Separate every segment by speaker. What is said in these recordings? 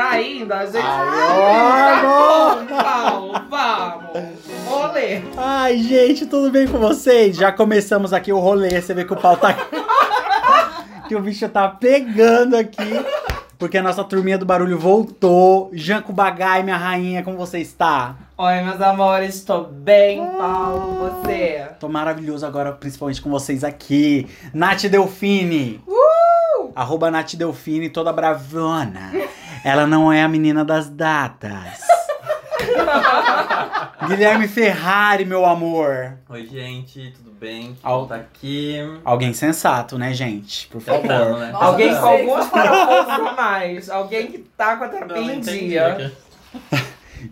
Speaker 1: ainda, a gente.
Speaker 2: Ai,
Speaker 1: Tá bom, vamos, vamos. Rolê.
Speaker 2: Ai, gente, tudo bem com vocês? Já começamos aqui o rolê, você vê que o pau tá. que o bicho tá pegando aqui. Porque a nossa turminha do barulho voltou. Janco Bagai, minha rainha, como você está?
Speaker 1: Oi, meus amores, estou bem, Paulo, você?
Speaker 2: Tô maravilhoso agora, principalmente com vocês aqui. Nath Delfine. Arroba Nath Delfine, toda bravona. Ela não é a menina das datas. Guilherme Ferrari, meu amor.
Speaker 3: Oi, gente, tudo bem? Que
Speaker 2: Ao-
Speaker 3: bom tá aqui.
Speaker 2: Alguém sensato, né, gente? Por favor.
Speaker 3: Tentando, né?
Speaker 4: Nossa,
Speaker 1: Alguém
Speaker 4: não
Speaker 1: com
Speaker 4: sei.
Speaker 1: alguns parafusos a mais. Alguém que tá com a terapia
Speaker 3: Não
Speaker 1: em
Speaker 3: entendi,
Speaker 1: dia.
Speaker 3: né?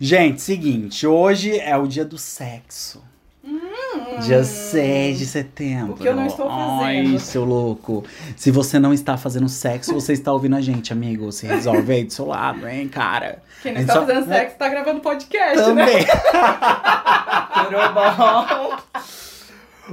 Speaker 2: Gente, seguinte, hoje é o dia do sexo. Dia 6 de setembro.
Speaker 4: Hum. O que eu não estou
Speaker 2: Ai,
Speaker 4: fazendo.
Speaker 2: seu louco. Se você não está fazendo sexo, você está ouvindo a gente, amigo. Se resolve aí do seu lado, hein, cara.
Speaker 4: Quem
Speaker 2: A
Speaker 4: não
Speaker 2: gente
Speaker 4: está
Speaker 2: só-
Speaker 4: fazendo sexo tá gravando podcast, né?
Speaker 2: Também.
Speaker 1: Tudo bom?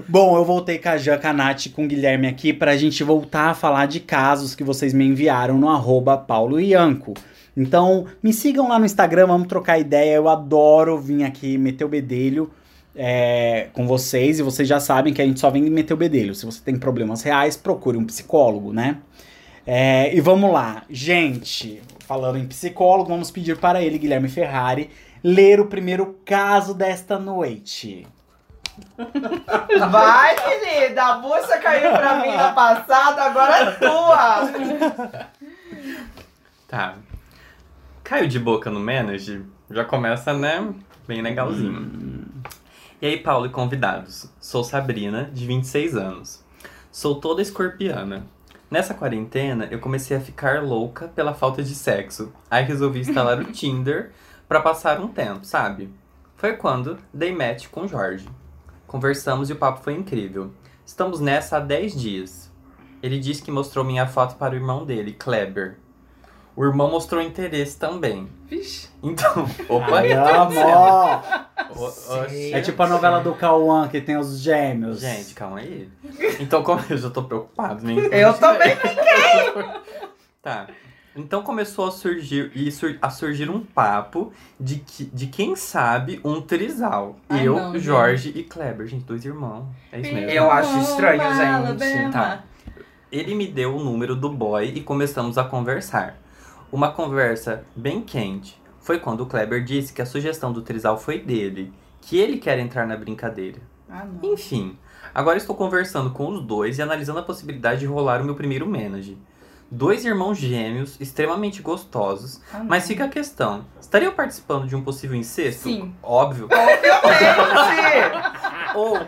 Speaker 2: Bom, eu voltei com a Jean, com a Nath e com o Guilherme aqui pra gente voltar a falar de casos que vocês me enviaram no arroba Paulo Ianco. Então, me sigam lá no Instagram, vamos trocar ideia. Eu adoro vir aqui meter o bedelho é, com vocês. E vocês já sabem que a gente só vem meter o bedelho. Se você tem problemas reais, procure um psicólogo, né? É, e vamos lá. Gente, falando em psicólogo, vamos pedir para ele, Guilherme Ferrari, ler o primeiro caso desta noite.
Speaker 1: Vai, querida. A bucha caiu pra mim na passada, agora é tua.
Speaker 3: Tá. Caiu de boca no Manage? Já começa, né? Bem legalzinho. E aí, Paulo e convidados. Sou Sabrina, de 26 anos. Sou toda escorpiana. Nessa quarentena, eu comecei a ficar louca pela falta de sexo. Aí resolvi instalar o Tinder pra passar um tempo, sabe? Foi quando dei match com o Jorge. Conversamos e o papo foi incrível. Estamos nessa há 10 dias. Ele disse que mostrou minha foto para o irmão dele, Kleber. O irmão mostrou interesse também.
Speaker 4: Vixe.
Speaker 3: Então, opa,
Speaker 2: Ai, amor.
Speaker 3: o- oxi.
Speaker 2: É tipo a novela do Cauã que tem os gêmeos.
Speaker 3: Gente, calma aí. Então, como eu já tô preocupado, né?
Speaker 1: Eu também
Speaker 3: Tá. Então começou a surgir e sur- a surgir um papo de, que, de quem sabe um trisal.
Speaker 4: Ah,
Speaker 3: eu,
Speaker 4: não,
Speaker 3: Jorge e Kleber, gente, dois irmãos. É isso mesmo.
Speaker 1: Eu acho estranho,
Speaker 4: Alabama.
Speaker 1: gente.
Speaker 3: Tá. Ele me deu o número do boy e começamos a conversar. Uma conversa bem quente. Foi quando o Kleber disse que a sugestão do trisal foi dele, que ele quer entrar na brincadeira.
Speaker 4: Ah, não.
Speaker 3: Enfim, agora estou conversando com os dois e analisando a possibilidade de rolar o meu primeiro menage. Dois irmãos gêmeos, extremamente gostosos,
Speaker 4: Ah, não.
Speaker 3: mas fica a questão: estariam participando de um possível incesto?
Speaker 4: Sim. Ah.
Speaker 3: Óbvio.
Speaker 1: Obviamente.
Speaker 3: ou.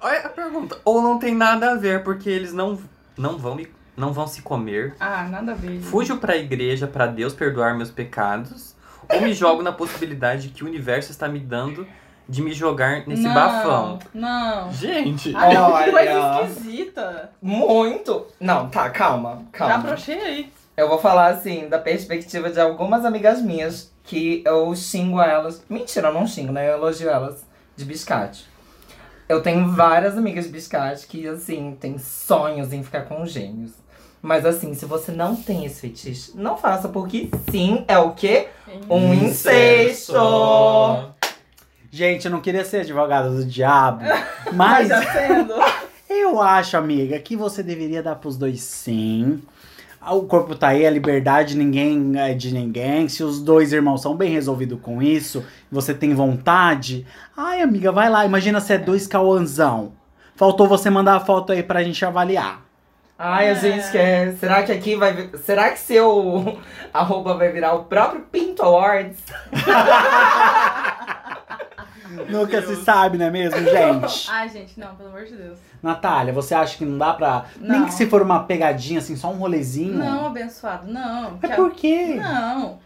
Speaker 3: Olha a pergunta. Ou não tem nada a ver, porque eles não, não, vão, me- não vão se comer.
Speaker 4: Ah, nada a ver.
Speaker 3: Fujo pra igreja pra Deus perdoar meus pecados. Ou me jogo na possibilidade que o universo está me dando de me jogar nesse
Speaker 4: não,
Speaker 3: bafão.
Speaker 4: Não.
Speaker 3: Gente!
Speaker 4: Ai, que
Speaker 1: Olha.
Speaker 4: coisa esquisita.
Speaker 1: Muito. Não, tá, calma,
Speaker 4: Já
Speaker 1: calma.
Speaker 4: brochei aí.
Speaker 1: Eu vou falar assim, da perspectiva de algumas amigas minhas que eu xingo elas. Mentira, eu não xingo, né? Eu elogio elas de biscate. Eu tenho várias amigas de biscate que, assim, têm sonhos em ficar com gênios. Mas assim, se você não tem esse fetiche, não faça, porque sim, é o quê? Um incesto!
Speaker 2: Gente, eu não queria ser advogada do diabo, mas
Speaker 4: Mas já Tá sendo.
Speaker 2: eu acho, amiga, que você deveria dar pros dois sim. Ah, O corpo tá aí, a liberdade ninguém é de ninguém. Se os dois irmãos são bem resolvidos com isso, você tem vontade. Ai, amiga, vai lá. Imagina se é dois Cauãzão. Faltou você mandar a foto aí pra gente avaliar.
Speaker 1: Ai, a
Speaker 4: É.
Speaker 1: gente quer. Será que aqui vai. vi- Será que seu arroba vai virar o próprio Pinto Awards?
Speaker 2: Nunca se sabe, não é mesmo, gente?
Speaker 4: Ai, gente, não, pelo amor de Deus.
Speaker 2: Natália, você acha que não dá pra. Nem
Speaker 4: Não.
Speaker 2: que se for uma pegadinha, assim, só um rolezinho.
Speaker 4: Não, abençoado, não.
Speaker 2: Mas
Speaker 4: Que-
Speaker 2: por quê?
Speaker 4: Não.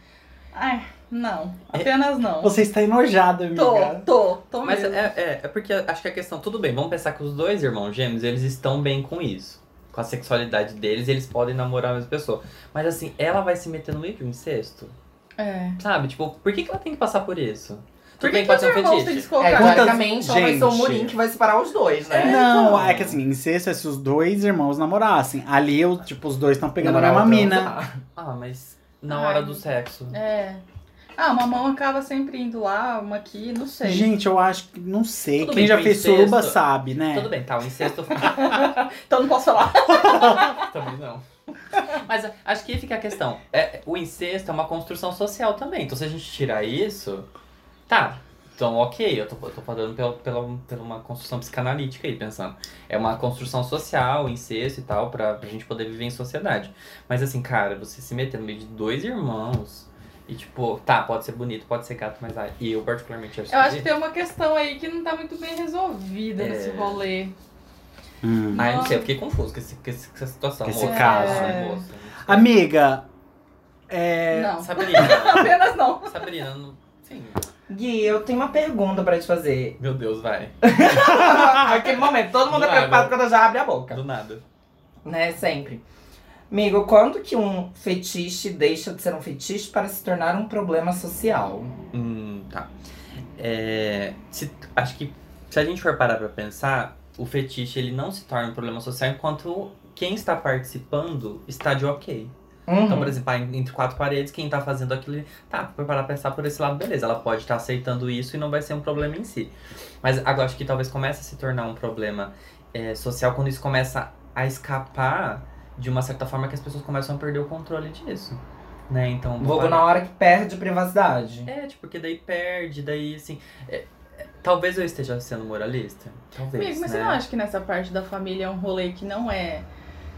Speaker 4: Ai, não.
Speaker 3: É.
Speaker 4: Apenas não.
Speaker 2: Você está enojada, amiga.
Speaker 4: Tô, tô, tô
Speaker 3: Mas
Speaker 4: mesmo.
Speaker 3: é, é, é porque acho que a questão, tudo bem, vamos pensar que os dois irmãos gêmeos, eles estão bem com isso. Com a sexualidade deles, eles podem namorar a mesma pessoa. Mas assim, ela vai se meter no meio de um incesto?
Speaker 4: É.
Speaker 3: Sabe? Tipo, por que, que ela tem que passar por isso? Tudo
Speaker 4: Por que,
Speaker 3: bem,
Speaker 4: que
Speaker 3: pode
Speaker 4: os
Speaker 3: ser um
Speaker 4: irmãos têm que
Speaker 3: fetiche.
Speaker 4: se colocar? assim?
Speaker 1: É, teoricamente,
Speaker 2: Gente.
Speaker 1: ela vai ser o murim que vai separar os dois, né?
Speaker 2: Não,
Speaker 3: então.
Speaker 2: é que assim, incesto é se os dois irmãos namorassem. Ali, eu, tipo, os dois estão pegando a
Speaker 1: Namorar
Speaker 2: mesma
Speaker 1: outra,
Speaker 2: mina.
Speaker 1: outra.
Speaker 3: Ah, mas na hora
Speaker 4: Ai.
Speaker 3: do sexo.
Speaker 4: É. Ah, uma mão acaba sempre indo lá, uma aqui, não sei.
Speaker 2: Gente, eu acho que. Não sei.
Speaker 3: Tudo
Speaker 2: Quem
Speaker 3: bem
Speaker 2: já
Speaker 3: com
Speaker 2: fez
Speaker 3: incesto.
Speaker 2: suruba sabe,
Speaker 4: É.
Speaker 2: né?
Speaker 3: Tudo bem, tá, o incesto
Speaker 4: Então não posso falar.
Speaker 3: também não. Mas a- acho que fica a questão. É, o incesto é uma construção social também. Então se a gente tirar isso, tá. Então, ok, eu tô, eu tô falando pela, pela, pela uma construção psicanalítica aí, pensando. É uma construção social, incesto e tal, pra, pra gente poder viver em sociedade. Mas assim, cara, você se meter no meio de dois irmãos e tipo, tá, pode ser bonito, pode ser gato, mas ah, eu particularmente acho
Speaker 4: Eu acho que
Speaker 3: que-
Speaker 4: tem uma questão aí que não tá muito bem resolvida
Speaker 3: É.
Speaker 4: nesse rolê.
Speaker 2: Hum.
Speaker 3: Ah, eu não sei, eu fiquei confuso com, esse, com, esse- com essa situação. né?
Speaker 2: Com esse
Speaker 3: moça,
Speaker 2: caso. né?
Speaker 3: moça, moça.
Speaker 2: Amiga, é,
Speaker 4: Não.
Speaker 3: Sabrina,
Speaker 4: Apenas não.
Speaker 3: Sabrina, não- sim.
Speaker 1: Gui, eu tenho uma pergunta pra te fazer.
Speaker 3: Meu Deus, vai.
Speaker 1: Aquele momento, todo mundo é
Speaker 3: Claro.
Speaker 1: preocupado quando eu já abre a boca.
Speaker 3: Do nada.
Speaker 1: Né, sempre. Amigo, quando que um fetiche deixa de ser um fetiche para se tornar um problema social?
Speaker 3: Hum, tá. É, se- acho que se a gente for parar pra pensar, o fetiche ele não se torna um problema social enquanto quem está participando está de ok.
Speaker 1: Uhum.
Speaker 3: Então, por exemplo, ah, entre quatro paredes, quem tá fazendo aquilo, tá, pra parar pra pensar por esse lado, beleza, ela pode estar aceitando isso e não vai ser um problema em si. Mas agora acho que talvez comece a se tornar um problema é, social quando isso começa a escapar de uma certa forma que as pessoas começam a perder o controle disso. Né? Então. vou
Speaker 1: Vulgo
Speaker 3: parar-
Speaker 1: na hora que perde privacidade.
Speaker 3: É, tipo, porque daí perde, daí assim. é, é, talvez eu esteja sendo moralista. Talvez.
Speaker 4: Amigo, mas
Speaker 3: né?
Speaker 4: você não acha que nessa parte da família é um rolê que não é.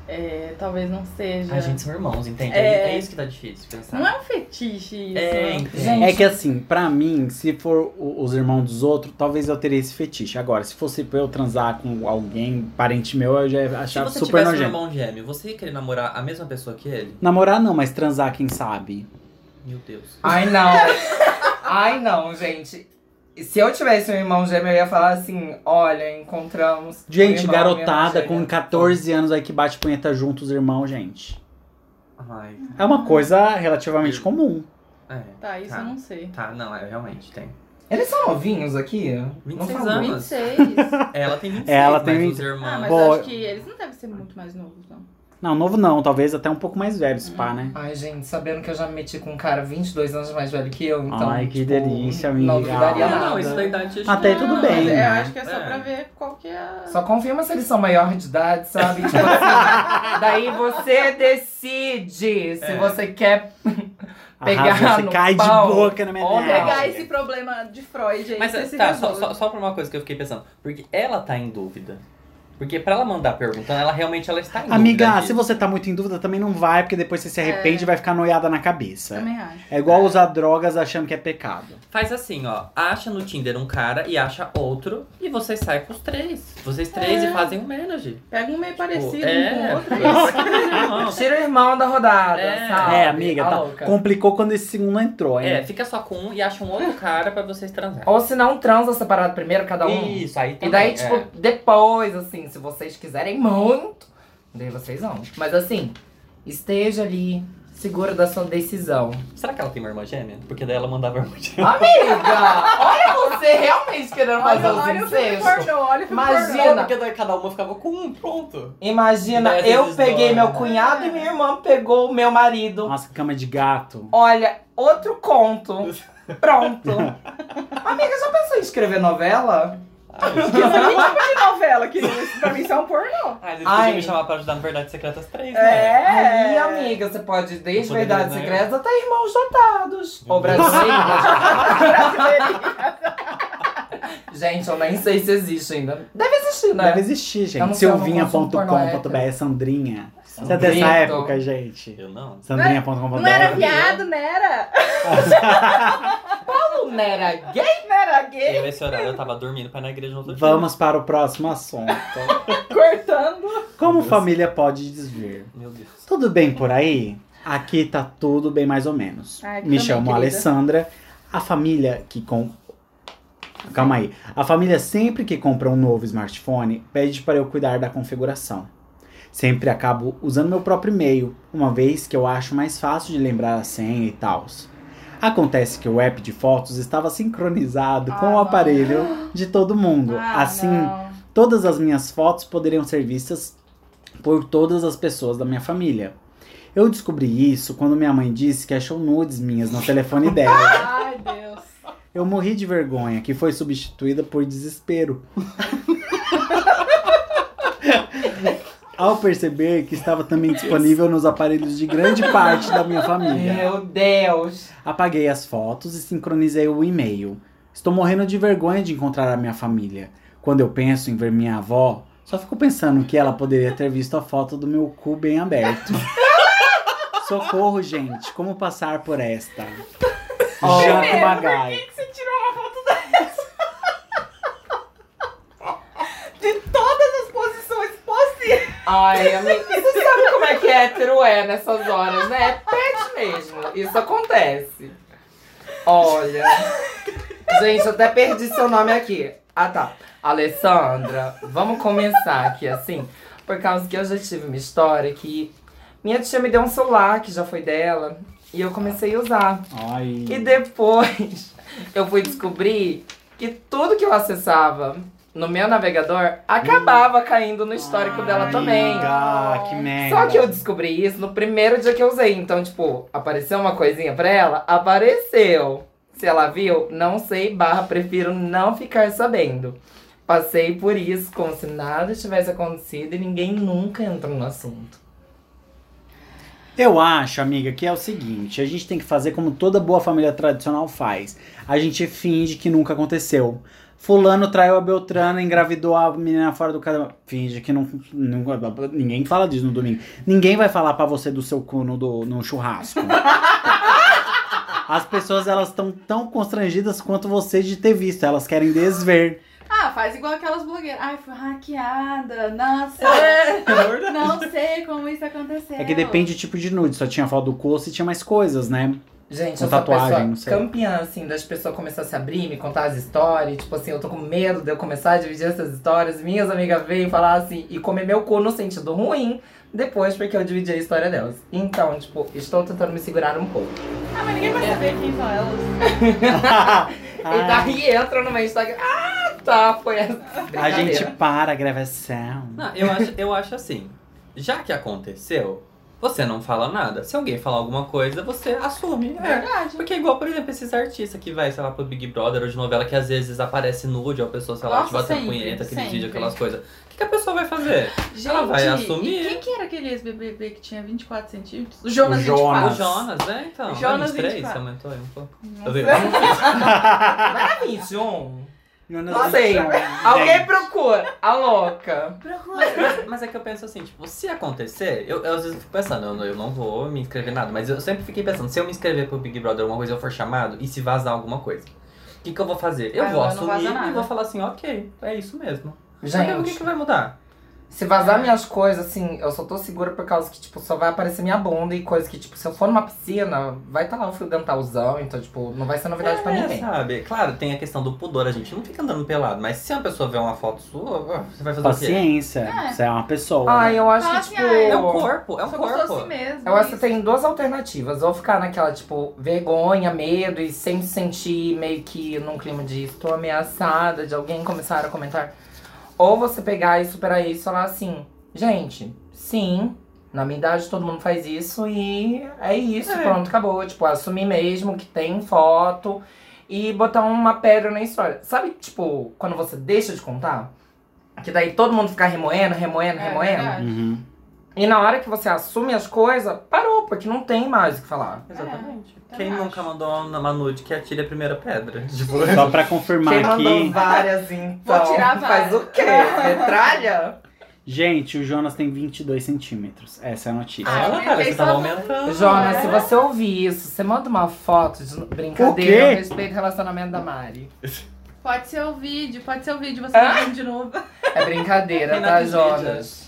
Speaker 4: é, talvez não seja.
Speaker 3: A gente são irmãos, entende?
Speaker 4: É.
Speaker 3: É, é isso que tá difícil pensar.
Speaker 4: Não é um fetiche isso.
Speaker 3: É,
Speaker 4: né?
Speaker 3: entendo.
Speaker 1: Gente,
Speaker 2: é que assim, pra mim, se for o- os irmãos dos outros, talvez eu teria esse fetiche. Agora, se fosse pra eu transar com alguém, parente meu, eu já
Speaker 3: Se
Speaker 2: achava
Speaker 3: você
Speaker 2: Tá super
Speaker 3: tivesse um
Speaker 2: nojento.
Speaker 3: irmão gêmeo, você ia querer namorar a mesma pessoa que ele?
Speaker 2: Namorar não, mas transar, quem sabe?
Speaker 3: Meu Deus.
Speaker 1: Ai, não. Ai, não, gente. Se eu tivesse um irmão gêmeo, eu ia falar assim: olha, encontramos. um
Speaker 2: Gente,
Speaker 1: irmão,
Speaker 2: garotada
Speaker 1: minha irmã
Speaker 2: com
Speaker 1: gêmea.
Speaker 2: 14 anos aí que bate punheta junto os irmãos, gente.
Speaker 3: Ai.
Speaker 2: É uma coisa relativamente comum.
Speaker 3: É.
Speaker 4: Tá, isso
Speaker 3: Tá.
Speaker 4: eu não sei.
Speaker 3: Tá, não, é, realmente tem.
Speaker 1: Eles são novinhos aqui? um
Speaker 3: 26
Speaker 1: falou.
Speaker 3: anos.
Speaker 4: 26.
Speaker 3: Ela tem 26,
Speaker 2: Ela
Speaker 3: Ela
Speaker 2: tem
Speaker 3: tem mas
Speaker 2: 20.
Speaker 3: os irmãos.
Speaker 4: ah, mas
Speaker 2: Bom,
Speaker 4: eu
Speaker 2: eu-
Speaker 4: acho que eles não devem ser muito mais novos, não.
Speaker 2: Não, novo não, talvez até um pouco mais velho, se pá, né?
Speaker 1: Ai, gente, sabendo que eu já me meti com um cara 22 anos mais velho que eu, então.
Speaker 2: Ai, que delícia,
Speaker 1: Não
Speaker 2: amiga.
Speaker 1: duvidaria
Speaker 3: não,
Speaker 1: nada.
Speaker 3: não, isso da idade.
Speaker 2: Até aí tudo
Speaker 4: Não,
Speaker 2: bem,
Speaker 4: mas
Speaker 2: né?
Speaker 4: Eu acho que é só
Speaker 3: É.
Speaker 4: pra ver qual que é. a-
Speaker 1: Só confirma se eles são maior de idade, sabe? Tipo assim, daí você decide se
Speaker 3: É.
Speaker 1: você quer Pegar
Speaker 2: Arrasa, você
Speaker 1: no
Speaker 2: cai
Speaker 1: pau.
Speaker 2: de boca na minha
Speaker 1: Olha,
Speaker 2: neta.
Speaker 4: Pegar esse problema de Freud aí.
Speaker 3: É. Mas
Speaker 4: você se
Speaker 3: tá, só,
Speaker 4: resolve.
Speaker 3: só, só por uma coisa que eu fiquei pensando. Porque ela tá em dúvida. Porque pra ela mandar perguntando, ela realmente ela está em dúvida.
Speaker 2: Amiga,
Speaker 3: disso.
Speaker 2: se você tá muito em dúvida, também não vai, porque depois
Speaker 1: É.
Speaker 2: você se arrepende e vai ficar noiada na cabeça.
Speaker 4: Também acho.
Speaker 2: É igual usar drogas achando que é pecado.
Speaker 3: Faz assim, ó. Acha no Tinder um cara e acha outro. E vocês saem com os três. Vocês três
Speaker 4: É.
Speaker 3: e fazem um menage.
Speaker 4: Pega um meio
Speaker 3: Tipo,
Speaker 4: parecido um
Speaker 3: é.
Speaker 4: com o outro.
Speaker 3: Não,
Speaker 1: tira o irmão da rodada,
Speaker 3: É.
Speaker 1: sabe?
Speaker 2: é, amiga,
Speaker 1: A
Speaker 2: tá-
Speaker 1: Ah, louca.
Speaker 2: complicou quando esse segundo entrou, hein?
Speaker 3: É, fica só com um e acha um outro cara pra vocês transar.
Speaker 1: Ou se não, transa separado primeiro, cada um.
Speaker 3: Isso, aí também,
Speaker 1: E daí,
Speaker 3: é.
Speaker 1: tipo, depois, assim, se vocês quiserem muito, daí vocês vão. Mas assim, esteja ali, segura da sua decisão.
Speaker 3: Será que ela tem uma irmã gêmea? Porque daí ela mandava irmã gêmea.
Speaker 1: Amiga, olha você realmente querendo fazer
Speaker 4: Olha,
Speaker 1: um
Speaker 4: olha o filme
Speaker 1: incesto.
Speaker 4: pornô, olha o filme
Speaker 1: Mas-
Speaker 4: pornô.
Speaker 1: Imagina.
Speaker 3: Porque daí cada uma ficava com um, pronto.
Speaker 1: Imagina,
Speaker 3: Dez
Speaker 1: eu
Speaker 3: vezes
Speaker 1: peguei
Speaker 3: dói,
Speaker 1: meu
Speaker 3: né?
Speaker 1: cunhado e minha irmã pegou o meu marido.
Speaker 2: Nossa, cama de gato.
Speaker 1: Olha, outro conto. Pronto. Amiga, já pensou em escrever novela?
Speaker 4: Isso é nem tipo de novela, que isso pra mim isso é um pornô.
Speaker 3: Ah, eles
Speaker 1: Ai.
Speaker 3: podiam me chamar pra ajudar no Verdades Secretas 3, né?
Speaker 1: Aí,
Speaker 4: É.
Speaker 1: amiga, você pode desde
Speaker 3: Poderia,
Speaker 1: Verdades
Speaker 3: né?
Speaker 1: Secretas até Irmãos Dotados. Ou brasileiros. Gente, eu nem sei se existe ainda. Deve existir, né?
Speaker 2: Deve existir,
Speaker 1: Eu
Speaker 2: gente.
Speaker 1: não sei, eu não consumo pornô é.
Speaker 2: Silvinha.com.br,
Speaker 1: hétero.
Speaker 2: Sandrinha. Você é
Speaker 1: Sandrinha.
Speaker 2: dessa época, gente.
Speaker 3: Eu não.
Speaker 2: Sandrinha.com.br.
Speaker 4: Não era viado, não era?
Speaker 1: Não era gay?
Speaker 4: Não era gay,
Speaker 3: Eu, esse horário, eu tava dormindo pra ir na igreja no outro dia.
Speaker 2: Vamos para o próximo assunto. É.
Speaker 4: cortando.
Speaker 2: Como
Speaker 3: Meu Deus.
Speaker 2: família pode desver?
Speaker 3: Meu Deus.
Speaker 2: Tudo bem por aí? Aqui tá tudo bem mais ou menos.
Speaker 4: Ai,
Speaker 2: Me
Speaker 4: também,
Speaker 2: chamo
Speaker 4: querida.
Speaker 2: Alessandra. A família que com Calma aí. A família sempre que compra um novo smartphone pede para eu cuidar da configuração. Sempre acabo usando meu próprio e-mail, uma vez que eu acho mais fácil de lembrar a senha e tal. Acontece que o app de fotos estava sincronizado com
Speaker 4: Ah,
Speaker 2: o
Speaker 4: não.
Speaker 2: aparelho de todo mundo.
Speaker 4: Ah,
Speaker 2: assim,
Speaker 4: não.
Speaker 2: Todas as minhas fotos poderiam ser vistas por todas as pessoas da minha família. Eu descobri isso quando minha mãe disse que achou nudes minhas no telefone dela.
Speaker 4: Ai, Deus.
Speaker 2: Eu morri de vergonha, que foi substituída por desespero. Ao perceber que estava também disponível nos aparelhos de grande parte da minha família.
Speaker 1: Meu Deus.
Speaker 2: Apaguei as fotos e sincronizei o e-mail. Estou morrendo de vergonha de encontrar a minha família. Quando eu penso em ver minha avó, só fico pensando que ela poderia ter visto a foto do meu cu bem aberto. Socorro, gente. Como passar por esta?
Speaker 1: Ó,
Speaker 2: Jaco Magai.
Speaker 4: Você tirou uma foto dessa? De todas as posições possíveis.
Speaker 1: Ai, amiga, você sabe como é que hétero é nessas horas, né? É pet mesmo. Isso acontece. Olha. Gente, eu até perdi seu nome aqui. Ah, tá. Alessandra, vamos começar aqui assim. Por causa que eu já tive uma história que minha tia me deu um celular que já foi dela. E eu comecei a usar.
Speaker 2: Ai.
Speaker 1: E depois eu fui descobrir que tudo que eu acessava no meu navegador acabava caindo no histórico dela também.
Speaker 2: Amiga, que merda.
Speaker 1: Só que eu descobri isso no primeiro dia que eu usei. Então, tipo, apareceu uma coisinha pra ela? Apareceu. Se ela viu, não sei, barra, prefiro não ficar sabendo. Passei por isso como se nada tivesse acontecido e ninguém nunca entrou no assunto.
Speaker 2: Eu acho, amiga, que é o seguinte: a gente tem que fazer como toda boa família tradicional faz. A gente finge que nunca aconteceu. Fulano traiu a Beltrana, engravidou a menina fora do casamento. Finge que não, nunca. Ninguém fala disso no domingo. Ninguém vai falar pra você do seu cu no, do- no churrasco. As pessoas elas estão tão constrangidas quanto você de ter visto. Elas querem desver.
Speaker 4: Ah, faz igual aquelas blogueiras. Ai, fui hackeada. Nossa. É Não sei como isso aconteceu.
Speaker 2: É que depende do tipo de nude. Só tinha foto do cu ou se tinha mais coisas, né?
Speaker 1: Gente,
Speaker 2: Com
Speaker 1: eu sou a
Speaker 2: tatuagem,
Speaker 1: pessoa
Speaker 2: não sei.
Speaker 1: campeã, assim, das pessoas começar a se abrir, me contar as histórias. Tipo assim, eu tô com medo de eu começar a dividir essas histórias. Minhas amigas veem falar assim, e comer meu cu no sentido ruim, depois porque eu dividi a história delas. Então, tipo, estou tentando me segurar um pouco.
Speaker 4: Ah, mas ninguém vai saber quem são elas.
Speaker 1: E
Speaker 2: Ai.
Speaker 1: daí tá entra no meu Instagram. Ah, tá, foi essa.
Speaker 2: A
Speaker 1: brincadeira.
Speaker 2: gente para a gravação.
Speaker 3: Não, eu acho, eu acho assim. Já que aconteceu, você não fala nada. Se alguém falar alguma coisa, você assume. É.
Speaker 4: Verdade.
Speaker 3: Porque é igual, por exemplo, esses artistas que vai, sei lá, pro Big Brother ou de novela, que às vezes aparece nude, ou a pessoa, sei lá,
Speaker 4: Nossa,
Speaker 3: te batendo
Speaker 4: sempre,
Speaker 3: punheta, aquele
Speaker 4: sempre.
Speaker 3: vídeo, aquelas coisas. O que, que a pessoa vai fazer?
Speaker 4: Gente,
Speaker 3: Ela vai
Speaker 4: E
Speaker 3: assumir.
Speaker 4: quem que era aquele ex-BBB que tinha 24 centímetros? O Jonas,
Speaker 2: O Jonas. Tá
Speaker 3: O
Speaker 4: 24.
Speaker 3: Jonas, né? Então,
Speaker 4: Jonas,
Speaker 3: 23,
Speaker 4: 24.
Speaker 3: você aumentou aí um pouco.
Speaker 4: Não
Speaker 3: Eu vi.
Speaker 1: Vai, John.
Speaker 2: Não,
Speaker 1: Não sei. Alguém procura. A louca.
Speaker 3: Mas, mas é que eu penso assim, tipo, se acontecer, eu, eu às vezes fico pensando, eu, não- eu não vou me inscrever nada, mas eu sempre fiquei pensando, se eu me inscrever pro Big Brother alguma coisa, eu for chamado, e se vazar alguma coisa, o que, que eu vou fazer? Eu
Speaker 4: Ah,
Speaker 3: vou
Speaker 4: não, não vaza
Speaker 3: assumir e
Speaker 4: nada.
Speaker 3: vou falar assim, ok, é isso mesmo. Porque o que,
Speaker 1: Gente,
Speaker 3: que vai mudar?
Speaker 1: se vazar minhas coisas, assim, eu só tô segura por causa que, tipo, só vai aparecer minha bunda e coisa que, tipo, se eu for numa piscina, vai estar tá lá o fio dentalzão, então, tipo, não vai ser novidade pra
Speaker 3: É,
Speaker 1: ninguém.
Speaker 3: Sabe? Claro, tem a questão do pudor, a gente não fica andando pelado, mas se uma pessoa vê uma foto sua, você vai fazer o quê?
Speaker 2: Paciência.
Speaker 4: É.
Speaker 2: Você é uma pessoa.
Speaker 1: Ai,
Speaker 2: né?
Speaker 1: eu acho que,
Speaker 4: Fala assim,
Speaker 1: tipo.
Speaker 4: ah,
Speaker 3: É um corpo, é um
Speaker 4: Só
Speaker 3: corpo.
Speaker 4: gostou assim mesmo.
Speaker 1: Eu acho que
Speaker 4: isso.
Speaker 1: tem duas alternativas. Ou ficar naquela, tipo, vergonha, medo e sempre sentir meio que num clima de estou ameaçada, de alguém começar a comentar. Ou você pegar e superar isso e falar assim, gente, sim, na minha idade todo mundo faz isso e é isso,
Speaker 3: É.
Speaker 1: pronto, acabou. Tipo, assumir mesmo que tem foto e botar uma pedra na história. Sabe, tipo, quando você deixa de contar? Que daí todo mundo fica remoendo, remoendo,
Speaker 4: É,
Speaker 1: remoendo.
Speaker 4: verdade.
Speaker 2: Uhum.
Speaker 1: E na hora que você assume as coisas, parou, porque não tem mais o que falar.
Speaker 3: Exatamente.
Speaker 4: É,
Speaker 3: Quem
Speaker 4: eu
Speaker 3: nunca
Speaker 4: acho.
Speaker 3: mandou uma uma nude que atire a primeira pedra? Tipo,
Speaker 2: Só pra confirmar
Speaker 1: Quem
Speaker 2: aqui.
Speaker 1: mandou várias, então,
Speaker 4: Vou tirar
Speaker 1: faz
Speaker 4: várias.
Speaker 1: o quê? Metralha?
Speaker 2: Gente, o Jonas tem 22 centímetros. Essa é a notícia.
Speaker 4: Ah,
Speaker 3: Ela, cara,
Speaker 4: eu
Speaker 3: você
Speaker 4: pensei
Speaker 3: tava
Speaker 4: só-
Speaker 3: aumentando.
Speaker 1: Jonas,
Speaker 4: é.
Speaker 1: se você ouvir isso, você manda uma foto de brincadeira,
Speaker 2: O quê?
Speaker 1: eu respeito o relacionamento da Mari.
Speaker 4: Pode ser o vídeo, pode ser o vídeo, você
Speaker 1: Ah.
Speaker 4: vendo de novo.
Speaker 1: É brincadeira, tá, Jonas?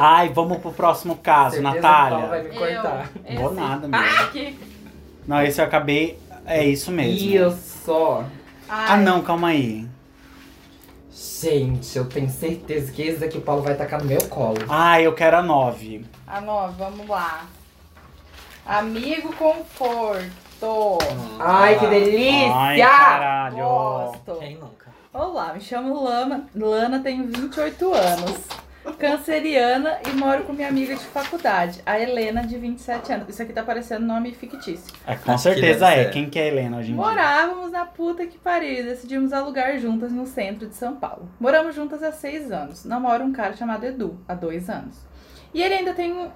Speaker 2: Ai, vamos pro próximo caso,
Speaker 1: Certeza que o Paulo vai
Speaker 2: Natália.
Speaker 1: me cortar.
Speaker 4: Eu,
Speaker 2: Vou
Speaker 4: esse
Speaker 2: nada, amiga.
Speaker 4: aqui.
Speaker 2: Não, esse eu acabei. É isso mesmo.
Speaker 1: Isso!
Speaker 2: Ah,
Speaker 4: Ai,
Speaker 2: não, calma aí.
Speaker 1: Gente, eu tenho certeza que esse daqui o Paulo vai tacar no meu colo.
Speaker 2: Ai, eu quero a 9.
Speaker 4: A nova, vamos lá. Amigo conforto.
Speaker 1: Ai, que
Speaker 2: Ai,
Speaker 1: delícia!
Speaker 2: caralho.
Speaker 4: Gosto.
Speaker 3: Quem nunca?
Speaker 4: Olá, me chamo Lama, Lana, tenho 28 anos. canceriana e moro com minha amiga de faculdade, a Helena, de 27 anos. Isso aqui tá parecendo nome fictício.
Speaker 2: É, com
Speaker 3: Aqui
Speaker 2: certeza
Speaker 3: deve
Speaker 2: é.
Speaker 3: ser.
Speaker 2: Quem que é a Helena hoje em dia?
Speaker 4: Morávamos na puta que pariu e decidimos alugar juntas no centro de São Paulo. Moramos juntas há seis anos. Namoro um cara chamado Edu, há dois anos. E ele ainda tem um,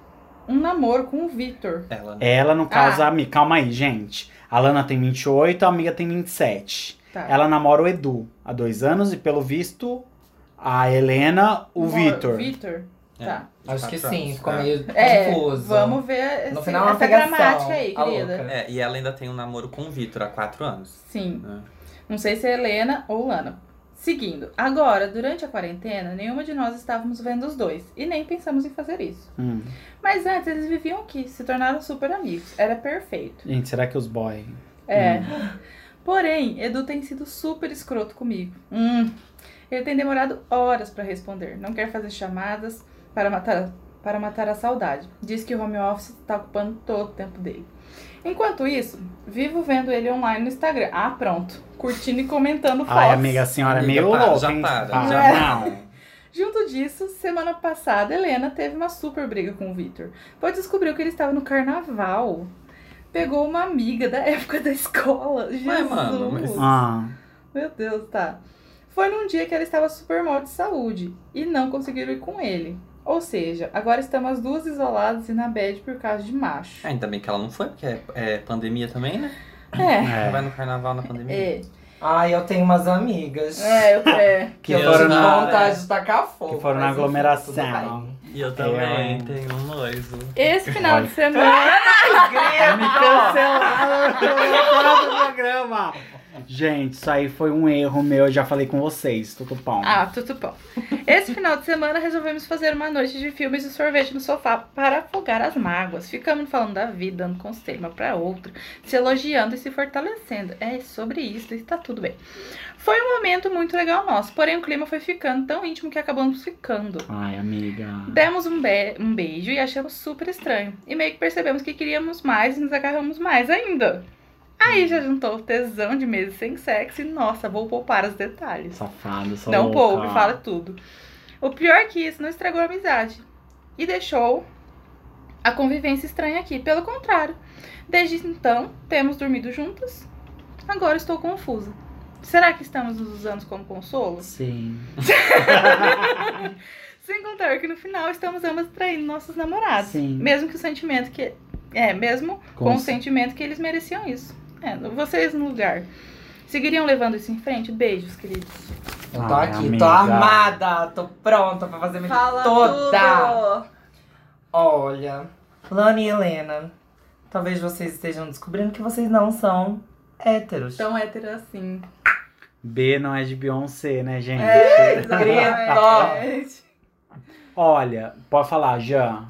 Speaker 4: um namoro com o Vitor.
Speaker 3: Ela,
Speaker 1: Tá.
Speaker 3: né?
Speaker 2: Ela, no caso,
Speaker 4: Ah.
Speaker 2: a amiga. Calma aí, gente. A Lana tem 28, a amiga tem 27.
Speaker 4: Tá.
Speaker 2: Ela namora o Edu há dois anos e, pelo visto, a Helena, o
Speaker 4: Mor-
Speaker 2: Vitor.
Speaker 4: Vitor.
Speaker 3: É.
Speaker 4: Tá.
Speaker 1: Acho que
Speaker 3: Quatro
Speaker 1: sim,
Speaker 3: anos,
Speaker 1: ficou
Speaker 3: é.
Speaker 1: meio
Speaker 4: É,
Speaker 1: Tá confuso.
Speaker 4: vamos ver
Speaker 1: No
Speaker 4: esse-
Speaker 1: final, é uma
Speaker 4: essa
Speaker 1: pegação,
Speaker 4: gramática aí,
Speaker 1: a
Speaker 4: querida.
Speaker 1: louca.
Speaker 3: É, e ela ainda tem um namoro com o Vitor há quatro anos.
Speaker 4: Sim.
Speaker 3: né?
Speaker 4: Não sei se é Helena ou Lana. Seguindo, agora, durante a quarentena, nenhuma de nós estávamos vendo os dois e nem pensamos em fazer isso.
Speaker 2: Hum.
Speaker 4: Mas antes eles viviam aqui, se tornaram super amigos, era perfeito.
Speaker 2: Gente, será que os boy...
Speaker 4: É.
Speaker 2: Hum.
Speaker 4: Porém, Edu tem sido super escroto comigo. Hum. Ele tem demorado horas pra responder, não quer fazer chamadas para matar, para matar a saudade. Diz que o home office tá ocupando todo o tempo dele. Enquanto isso, vivo vendo ele online no Instagram. Ah, pronto. Curtindo e comentando fotos.
Speaker 2: Ai, amiga, a senhora é
Speaker 3: Amiga,
Speaker 2: meio
Speaker 3: para,
Speaker 2: louca,
Speaker 3: já tá.
Speaker 2: hein?
Speaker 3: para,
Speaker 4: já
Speaker 2: não.
Speaker 4: Junto disso, semana passada, Helena teve uma super briga com o Victor, pois descobriu que ele estava no carnaval. Pegou uma amiga da época da escola. Jesus.
Speaker 3: mano, mas-
Speaker 2: Ah,
Speaker 4: Meu Deus, tá. Foi num dia que ela estava super mal de saúde e não conseguiram ir com ele. Ou seja, agora estamos as duas isoladas e na bed por causa de macho.
Speaker 3: É, Ainda bem que ela não foi, porque é, é pandemia também, né?
Speaker 4: É,
Speaker 3: Ela
Speaker 2: é.
Speaker 3: Vai no carnaval na pandemia.
Speaker 4: é,
Speaker 1: Ai, eu tenho umas amigas.
Speaker 4: é, eu- é.
Speaker 1: Que,
Speaker 2: Que
Speaker 1: eu tô
Speaker 2: foram
Speaker 1: com
Speaker 2: na-
Speaker 1: vontade de tacar fogo.
Speaker 2: que foram na
Speaker 1: mas enfim,
Speaker 2: aglomeração.
Speaker 1: tudo bem.
Speaker 3: E eu também
Speaker 2: Eu-
Speaker 3: tenho um noivo.
Speaker 4: Esse final de semana.
Speaker 2: Me cancelaram fora do programa. Gente, isso aí foi um erro meu. Eu já falei com vocês, tudo pão.
Speaker 4: Ah, tudo bom. Esse final de semana resolvemos fazer uma noite de filmes e sorvete no sofá para afogar as mágoas. Ficamos falando da vida, dando conselho uma para outra, se elogiando e se fortalecendo. É sobre isso, está tudo bem. Foi um momento muito legal nosso, porém o clima foi ficando tão íntimo que acabamos ficando.
Speaker 2: Ai, amiga.
Speaker 4: Demos um, be- um beijo e achamos super estranho. E meio que percebemos que queríamos mais e nos agarramos mais ainda. Aí já juntou o tesão de meses sem sexo e, nossa, vou poupar os detalhes.
Speaker 2: Safado, sou
Speaker 4: Não
Speaker 2: louca.
Speaker 4: poupe, fala tudo. O pior é que isso não estragou a amizade. E deixou a convivência estranha aqui. Pelo contrário. Desde então, temos dormido juntas. Agora estou confusa. Será que estamos nos usando como consolo?
Speaker 2: Sim.
Speaker 4: Sem contar que no final estamos ambas traindo nossos namorados.
Speaker 2: Sim.
Speaker 4: Mesmo que o sentimento que. É, mesmo com, o
Speaker 2: Cons-
Speaker 4: sentimento que eles mereciam isso. É, vocês no lugar. Seguiriam levando isso em frente? Beijos, queridos.
Speaker 1: Eu tô
Speaker 2: Ai,
Speaker 1: aqui,
Speaker 2: amiga.
Speaker 1: tô armada, tô pronta pra fazer minha toda. Olha, Lana e Helena, talvez vocês estejam descobrindo que vocês não são héteros.
Speaker 4: Tão hétero assim.
Speaker 2: B não é de Beyoncé, né, gente?
Speaker 4: É. exatamente.
Speaker 2: Olha, pode falar, Jean.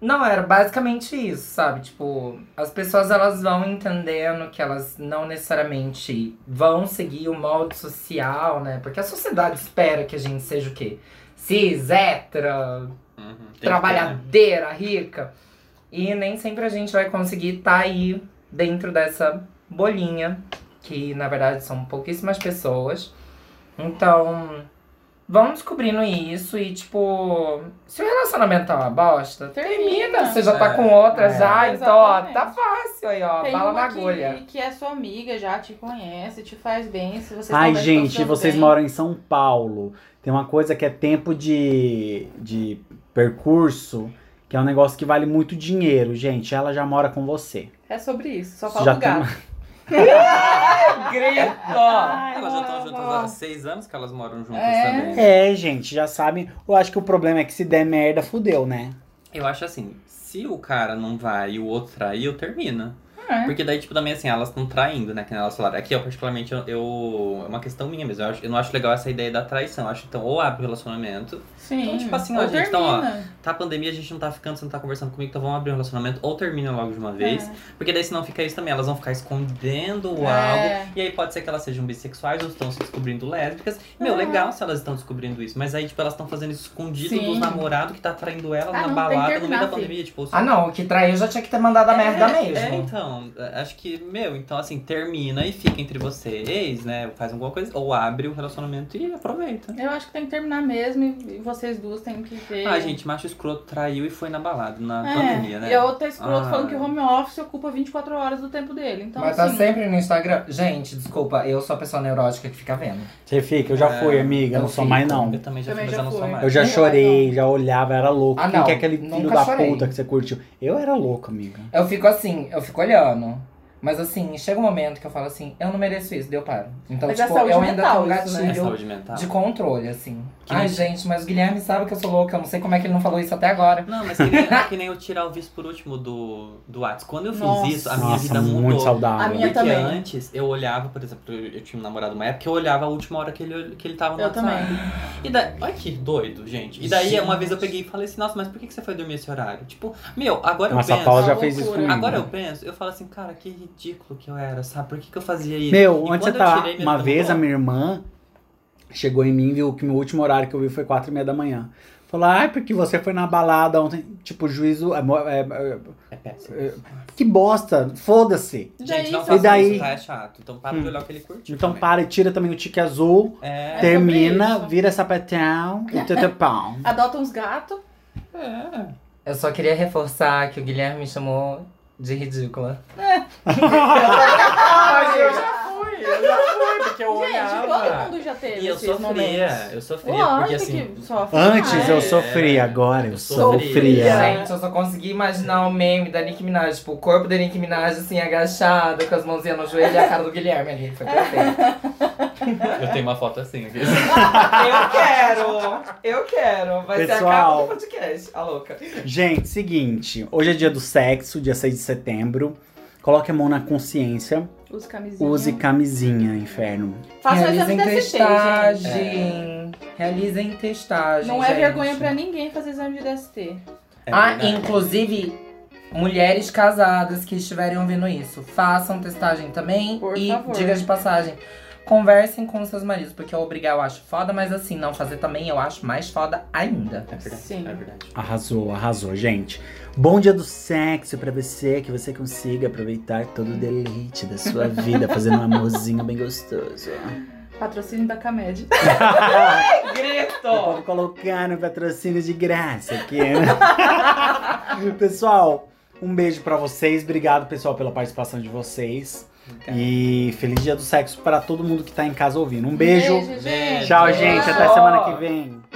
Speaker 1: Não, era basicamente isso, sabe? Tipo, as pessoas elas vão entendendo que elas não necessariamente vão seguir o molde social, né? Porque a sociedade espera que a gente seja o quê? Cis, hétera,
Speaker 3: Uhum, tem que ter, né?
Speaker 1: trabalhadeira, rica. E nem sempre a gente vai conseguir estar aí dentro dessa bolinha, que na verdade são pouquíssimas pessoas. Então, vão descobrindo isso e, tipo, se o relacionamento tá uma bosta, termina.
Speaker 4: Termina.
Speaker 1: Você já tá
Speaker 3: É.
Speaker 1: com outra
Speaker 2: É.
Speaker 1: já, então, ó,
Speaker 4: Exatamente.
Speaker 1: tá fácil aí, ó,
Speaker 4: Tem
Speaker 1: bala
Speaker 4: uma
Speaker 1: na
Speaker 4: que-
Speaker 1: agulha.
Speaker 4: Que, é sua amiga, já te conhece, te faz bem. Se vocês
Speaker 2: Ai,
Speaker 4: conversam
Speaker 2: gente,
Speaker 4: sobre
Speaker 2: vocês
Speaker 4: bem.
Speaker 2: moram em São Paulo. Tem uma coisa que é tempo de, de percurso, que é um negócio que vale muito dinheiro, gente. Ela já mora com você.
Speaker 4: É sobre isso, só
Speaker 2: Você
Speaker 4: fala
Speaker 2: já
Speaker 4: do
Speaker 2: tem
Speaker 4: gato.
Speaker 2: uma-
Speaker 1: Grito!
Speaker 4: Ai,
Speaker 3: né? Elas já tá estão juntas
Speaker 4: ó.
Speaker 3: há seis anos que elas moram juntas
Speaker 4: É.
Speaker 3: também.
Speaker 2: É, gente, já sabem. Eu acho que o problema é que se der merda, fudeu, né?
Speaker 3: Eu acho assim, se o cara não vai e o outro traiu, termina.
Speaker 4: É.
Speaker 3: Porque daí, tipo, também assim, elas estão traindo, né? Que nem elas falaram. Aqui, eu particularmente, eu, eu- É uma questão minha mesmo. Eu, acho- eu não acho legal essa ideia da traição. Eu acho, então, ou abre o relacionamento.
Speaker 4: Sim.
Speaker 3: Então, tipo assim, ó,
Speaker 4: Ou
Speaker 3: gente, então, ó,
Speaker 4: termina.
Speaker 3: Tá pandemia, a gente não tá ficando, você não tá conversando comigo, então vamos abrir um relacionamento. Ou termina logo de uma vez.
Speaker 4: É.
Speaker 3: Porque daí, se não fica isso também, elas vão ficar escondendo
Speaker 4: É.
Speaker 3: algo. E aí pode ser que elas sejam bissexuais ou estão se descobrindo lésbicas. Meu,
Speaker 4: É.
Speaker 3: legal se elas estão descobrindo isso. Mas aí, tipo, elas estão fazendo isso escondido
Speaker 4: Sim.
Speaker 3: dos namorados que tá traindo elas na
Speaker 4: Ah, não, tem que
Speaker 3: balada no
Speaker 4: terminar,
Speaker 3: meio da
Speaker 4: filho.
Speaker 3: pandemia. Tipo,
Speaker 1: Ah, não, o que traiu já tinha que ter mandado a merda
Speaker 3: é,
Speaker 1: mesmo.
Speaker 3: É, então. Então, acho que, meu, então assim, termina e fica entre vocês, né? Faz alguma coisa, ou abre o relacionamento e aproveita.
Speaker 4: É, Eu acho que tem que terminar mesmo e vocês duas têm que ver.
Speaker 3: Ah, gente, macho escroto traiu e foi na balada, na
Speaker 4: É,
Speaker 3: pandemia, né?
Speaker 4: E a outra escroto
Speaker 3: Ah.
Speaker 4: falando que o home office ocupa 24 horas do tempo dele. Então,
Speaker 1: Mas tá
Speaker 4: assim,
Speaker 1: sempre no Instagram. Gente, desculpa, eu sou a pessoa neurótica que fica vendo.
Speaker 2: Você fica, eu já
Speaker 3: É,
Speaker 2: fui, amiga, não
Speaker 1: eu
Speaker 2: sou
Speaker 1: fico.
Speaker 2: mais não.
Speaker 3: Eu também já
Speaker 4: Também
Speaker 3: fui, mas
Speaker 4: já
Speaker 3: eu não sou
Speaker 4: fui.
Speaker 3: mais.
Speaker 2: Eu já
Speaker 4: Eu
Speaker 2: chorei, já olhava, era louco.
Speaker 1: Ah,
Speaker 2: Quem
Speaker 1: não,
Speaker 2: que é aquele filho
Speaker 1: nunca
Speaker 2: da
Speaker 1: chorei.
Speaker 2: puta que você curtiu? Eu era louco, amiga.
Speaker 1: Eu fico assim, eu fico olhando. Mas assim, chega um momento que eu falo assim, eu não mereço isso, deu paro. Então,
Speaker 4: Mas é
Speaker 1: tipo,
Speaker 4: saúde
Speaker 1: eu ainda
Speaker 4: mental
Speaker 1: tenho um
Speaker 4: isso,
Speaker 1: gatilho
Speaker 4: né?
Speaker 3: É saúde mental.
Speaker 1: de controle, assim.
Speaker 3: Que
Speaker 1: Ai,
Speaker 3: nem-
Speaker 1: gente, mas o Guilherme sabe que eu sou louca, eu não sei como é que ele não falou isso até agora.
Speaker 3: Não, mas que nem, é que nem eu tirar o visto por último do, do Whats. Quando eu fiz
Speaker 4: Nossa.
Speaker 3: isso, a minha
Speaker 2: Nossa,
Speaker 3: vida mudou.
Speaker 2: muito
Speaker 4: A
Speaker 2: saudável.
Speaker 4: minha-
Speaker 3: Porque
Speaker 4: também.
Speaker 3: antes eu olhava, por exemplo, eu tinha um namorado uma época, eu olhava a última hora que ele, que ele tava no
Speaker 4: Eu
Speaker 3: WhatsApp.
Speaker 4: também.
Speaker 3: E daí, olha que doido, gente. E daí
Speaker 1: Gente.
Speaker 3: uma vez eu peguei e falei assim, nossa, mas por que que você foi dormir esse horário? Tipo, meu, agora
Speaker 2: Nossa,
Speaker 3: eu
Speaker 2: a é
Speaker 3: penso.
Speaker 2: Paula já
Speaker 4: uma
Speaker 2: fez isso
Speaker 4: loucura.
Speaker 2: comigo.
Speaker 3: É Agora eu penso, eu falo assim, cara, que ridículo que eu era, sabe? Por que, que eu fazia isso?
Speaker 2: Meu, antes
Speaker 3: E quando
Speaker 2: você
Speaker 3: eu
Speaker 2: tá.
Speaker 3: tirei, minha
Speaker 2: Uma
Speaker 3: vida
Speaker 2: vez a
Speaker 3: mudou.
Speaker 2: minha irmã chegou em mim e viu que meu último horário que eu vi foi quatro e meia da manhã. Falou, ai, porque você foi na balada ontem. Tipo, juízo. é mo- é- é-
Speaker 3: É péssimo.
Speaker 2: é- que bosta, foda-se.
Speaker 4: Daí,
Speaker 3: Gente, não
Speaker 4: só-
Speaker 3: faça
Speaker 2: E daí?
Speaker 3: isso, tá? É chato. Então para de olhar o que ele curtiu.
Speaker 2: Então
Speaker 3: também.
Speaker 2: para e tira também o tique azul,
Speaker 3: É.
Speaker 4: sobre
Speaker 2: termina,
Speaker 4: isso.
Speaker 2: vira sapatão e tata pau.
Speaker 4: Adota uns gatos.
Speaker 3: É.
Speaker 1: Eu só queria reforçar que o Guilherme me chamou de ridícula.
Speaker 3: Ai, eu já fui, eu já fui, porque eu
Speaker 4: Gente, todo
Speaker 3: olhava.
Speaker 4: mundo já teve
Speaker 3: E eu
Speaker 4: esses momentos.
Speaker 3: sofria, eu sofria, porque
Speaker 4: Lógico
Speaker 3: assim.
Speaker 4: que sofre.
Speaker 2: Antes eu
Speaker 3: é.
Speaker 2: sofria, agora eu É.
Speaker 3: Sofria.
Speaker 2: sofria.
Speaker 1: Gente, eu só consegui imaginar o meme da Nicki Minaj, tipo, o corpo da Nicki Minaj assim, agachado, com as mãozinhas no joelho e a cara do Guilherme ali. Foi perfeito.
Speaker 3: Eu tenho uma foto assim aqui.
Speaker 1: Eu quero! Eu quero! Vai ser a capa
Speaker 2: Pessoal.
Speaker 1: do podcast, a louca.
Speaker 2: Gente, seguinte, hoje é dia do sexo, dia 6 de setembro. Coloque a mão na consciência,
Speaker 4: Use camisinha.
Speaker 2: use camisinha, inferno.
Speaker 4: Faça o exame de DST, gente.
Speaker 1: testagem. Realizem testagem.
Speaker 4: Não é
Speaker 1: gente.
Speaker 4: vergonha pra ninguém fazer exame de DST.
Speaker 3: É
Speaker 1: Ah,
Speaker 3: verdade.
Speaker 1: inclusive, mulheres casadas que estiverem ouvindo isso, façam testagem também.
Speaker 4: Por
Speaker 1: e,
Speaker 4: favor.
Speaker 1: diga de passagem, conversem com seus maridos, porque obrigar eu acho foda, mas assim, não fazer também eu acho mais foda ainda.
Speaker 3: É verdade.
Speaker 4: Sim.
Speaker 3: É verdade.
Speaker 2: Arrasou, arrasou, gente. Bom dia do sexo pra você, que você consiga aproveitar todo o deleite da sua vida, fazendo um amorzinho bem gostoso.
Speaker 4: Patrocínio da Camed.
Speaker 2: Eu
Speaker 1: Grito!
Speaker 2: tava colocando patrocínio de graça aqui, né? pessoal, um beijo pra vocês. Obrigado, pessoal, pela participação de vocês. E feliz dia do sexo pra todo mundo que tá em casa ouvindo. Um beijo.
Speaker 4: Beijo, gente.
Speaker 2: Tchau, gente. Até semana que vem.